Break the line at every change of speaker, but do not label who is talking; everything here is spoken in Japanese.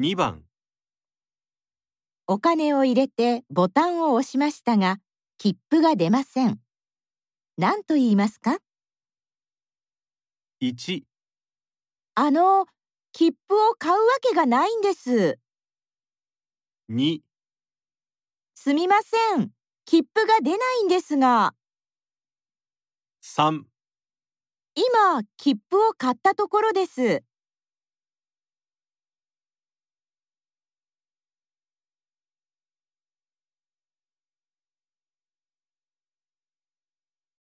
2番
お金を入れてボタンを押しましたが、切符が出ません。何と言いますか
1
あの、切符を買うわけがないんです。
2
すみません。切符が出ないんですが、
3
今、切符を買ったところです。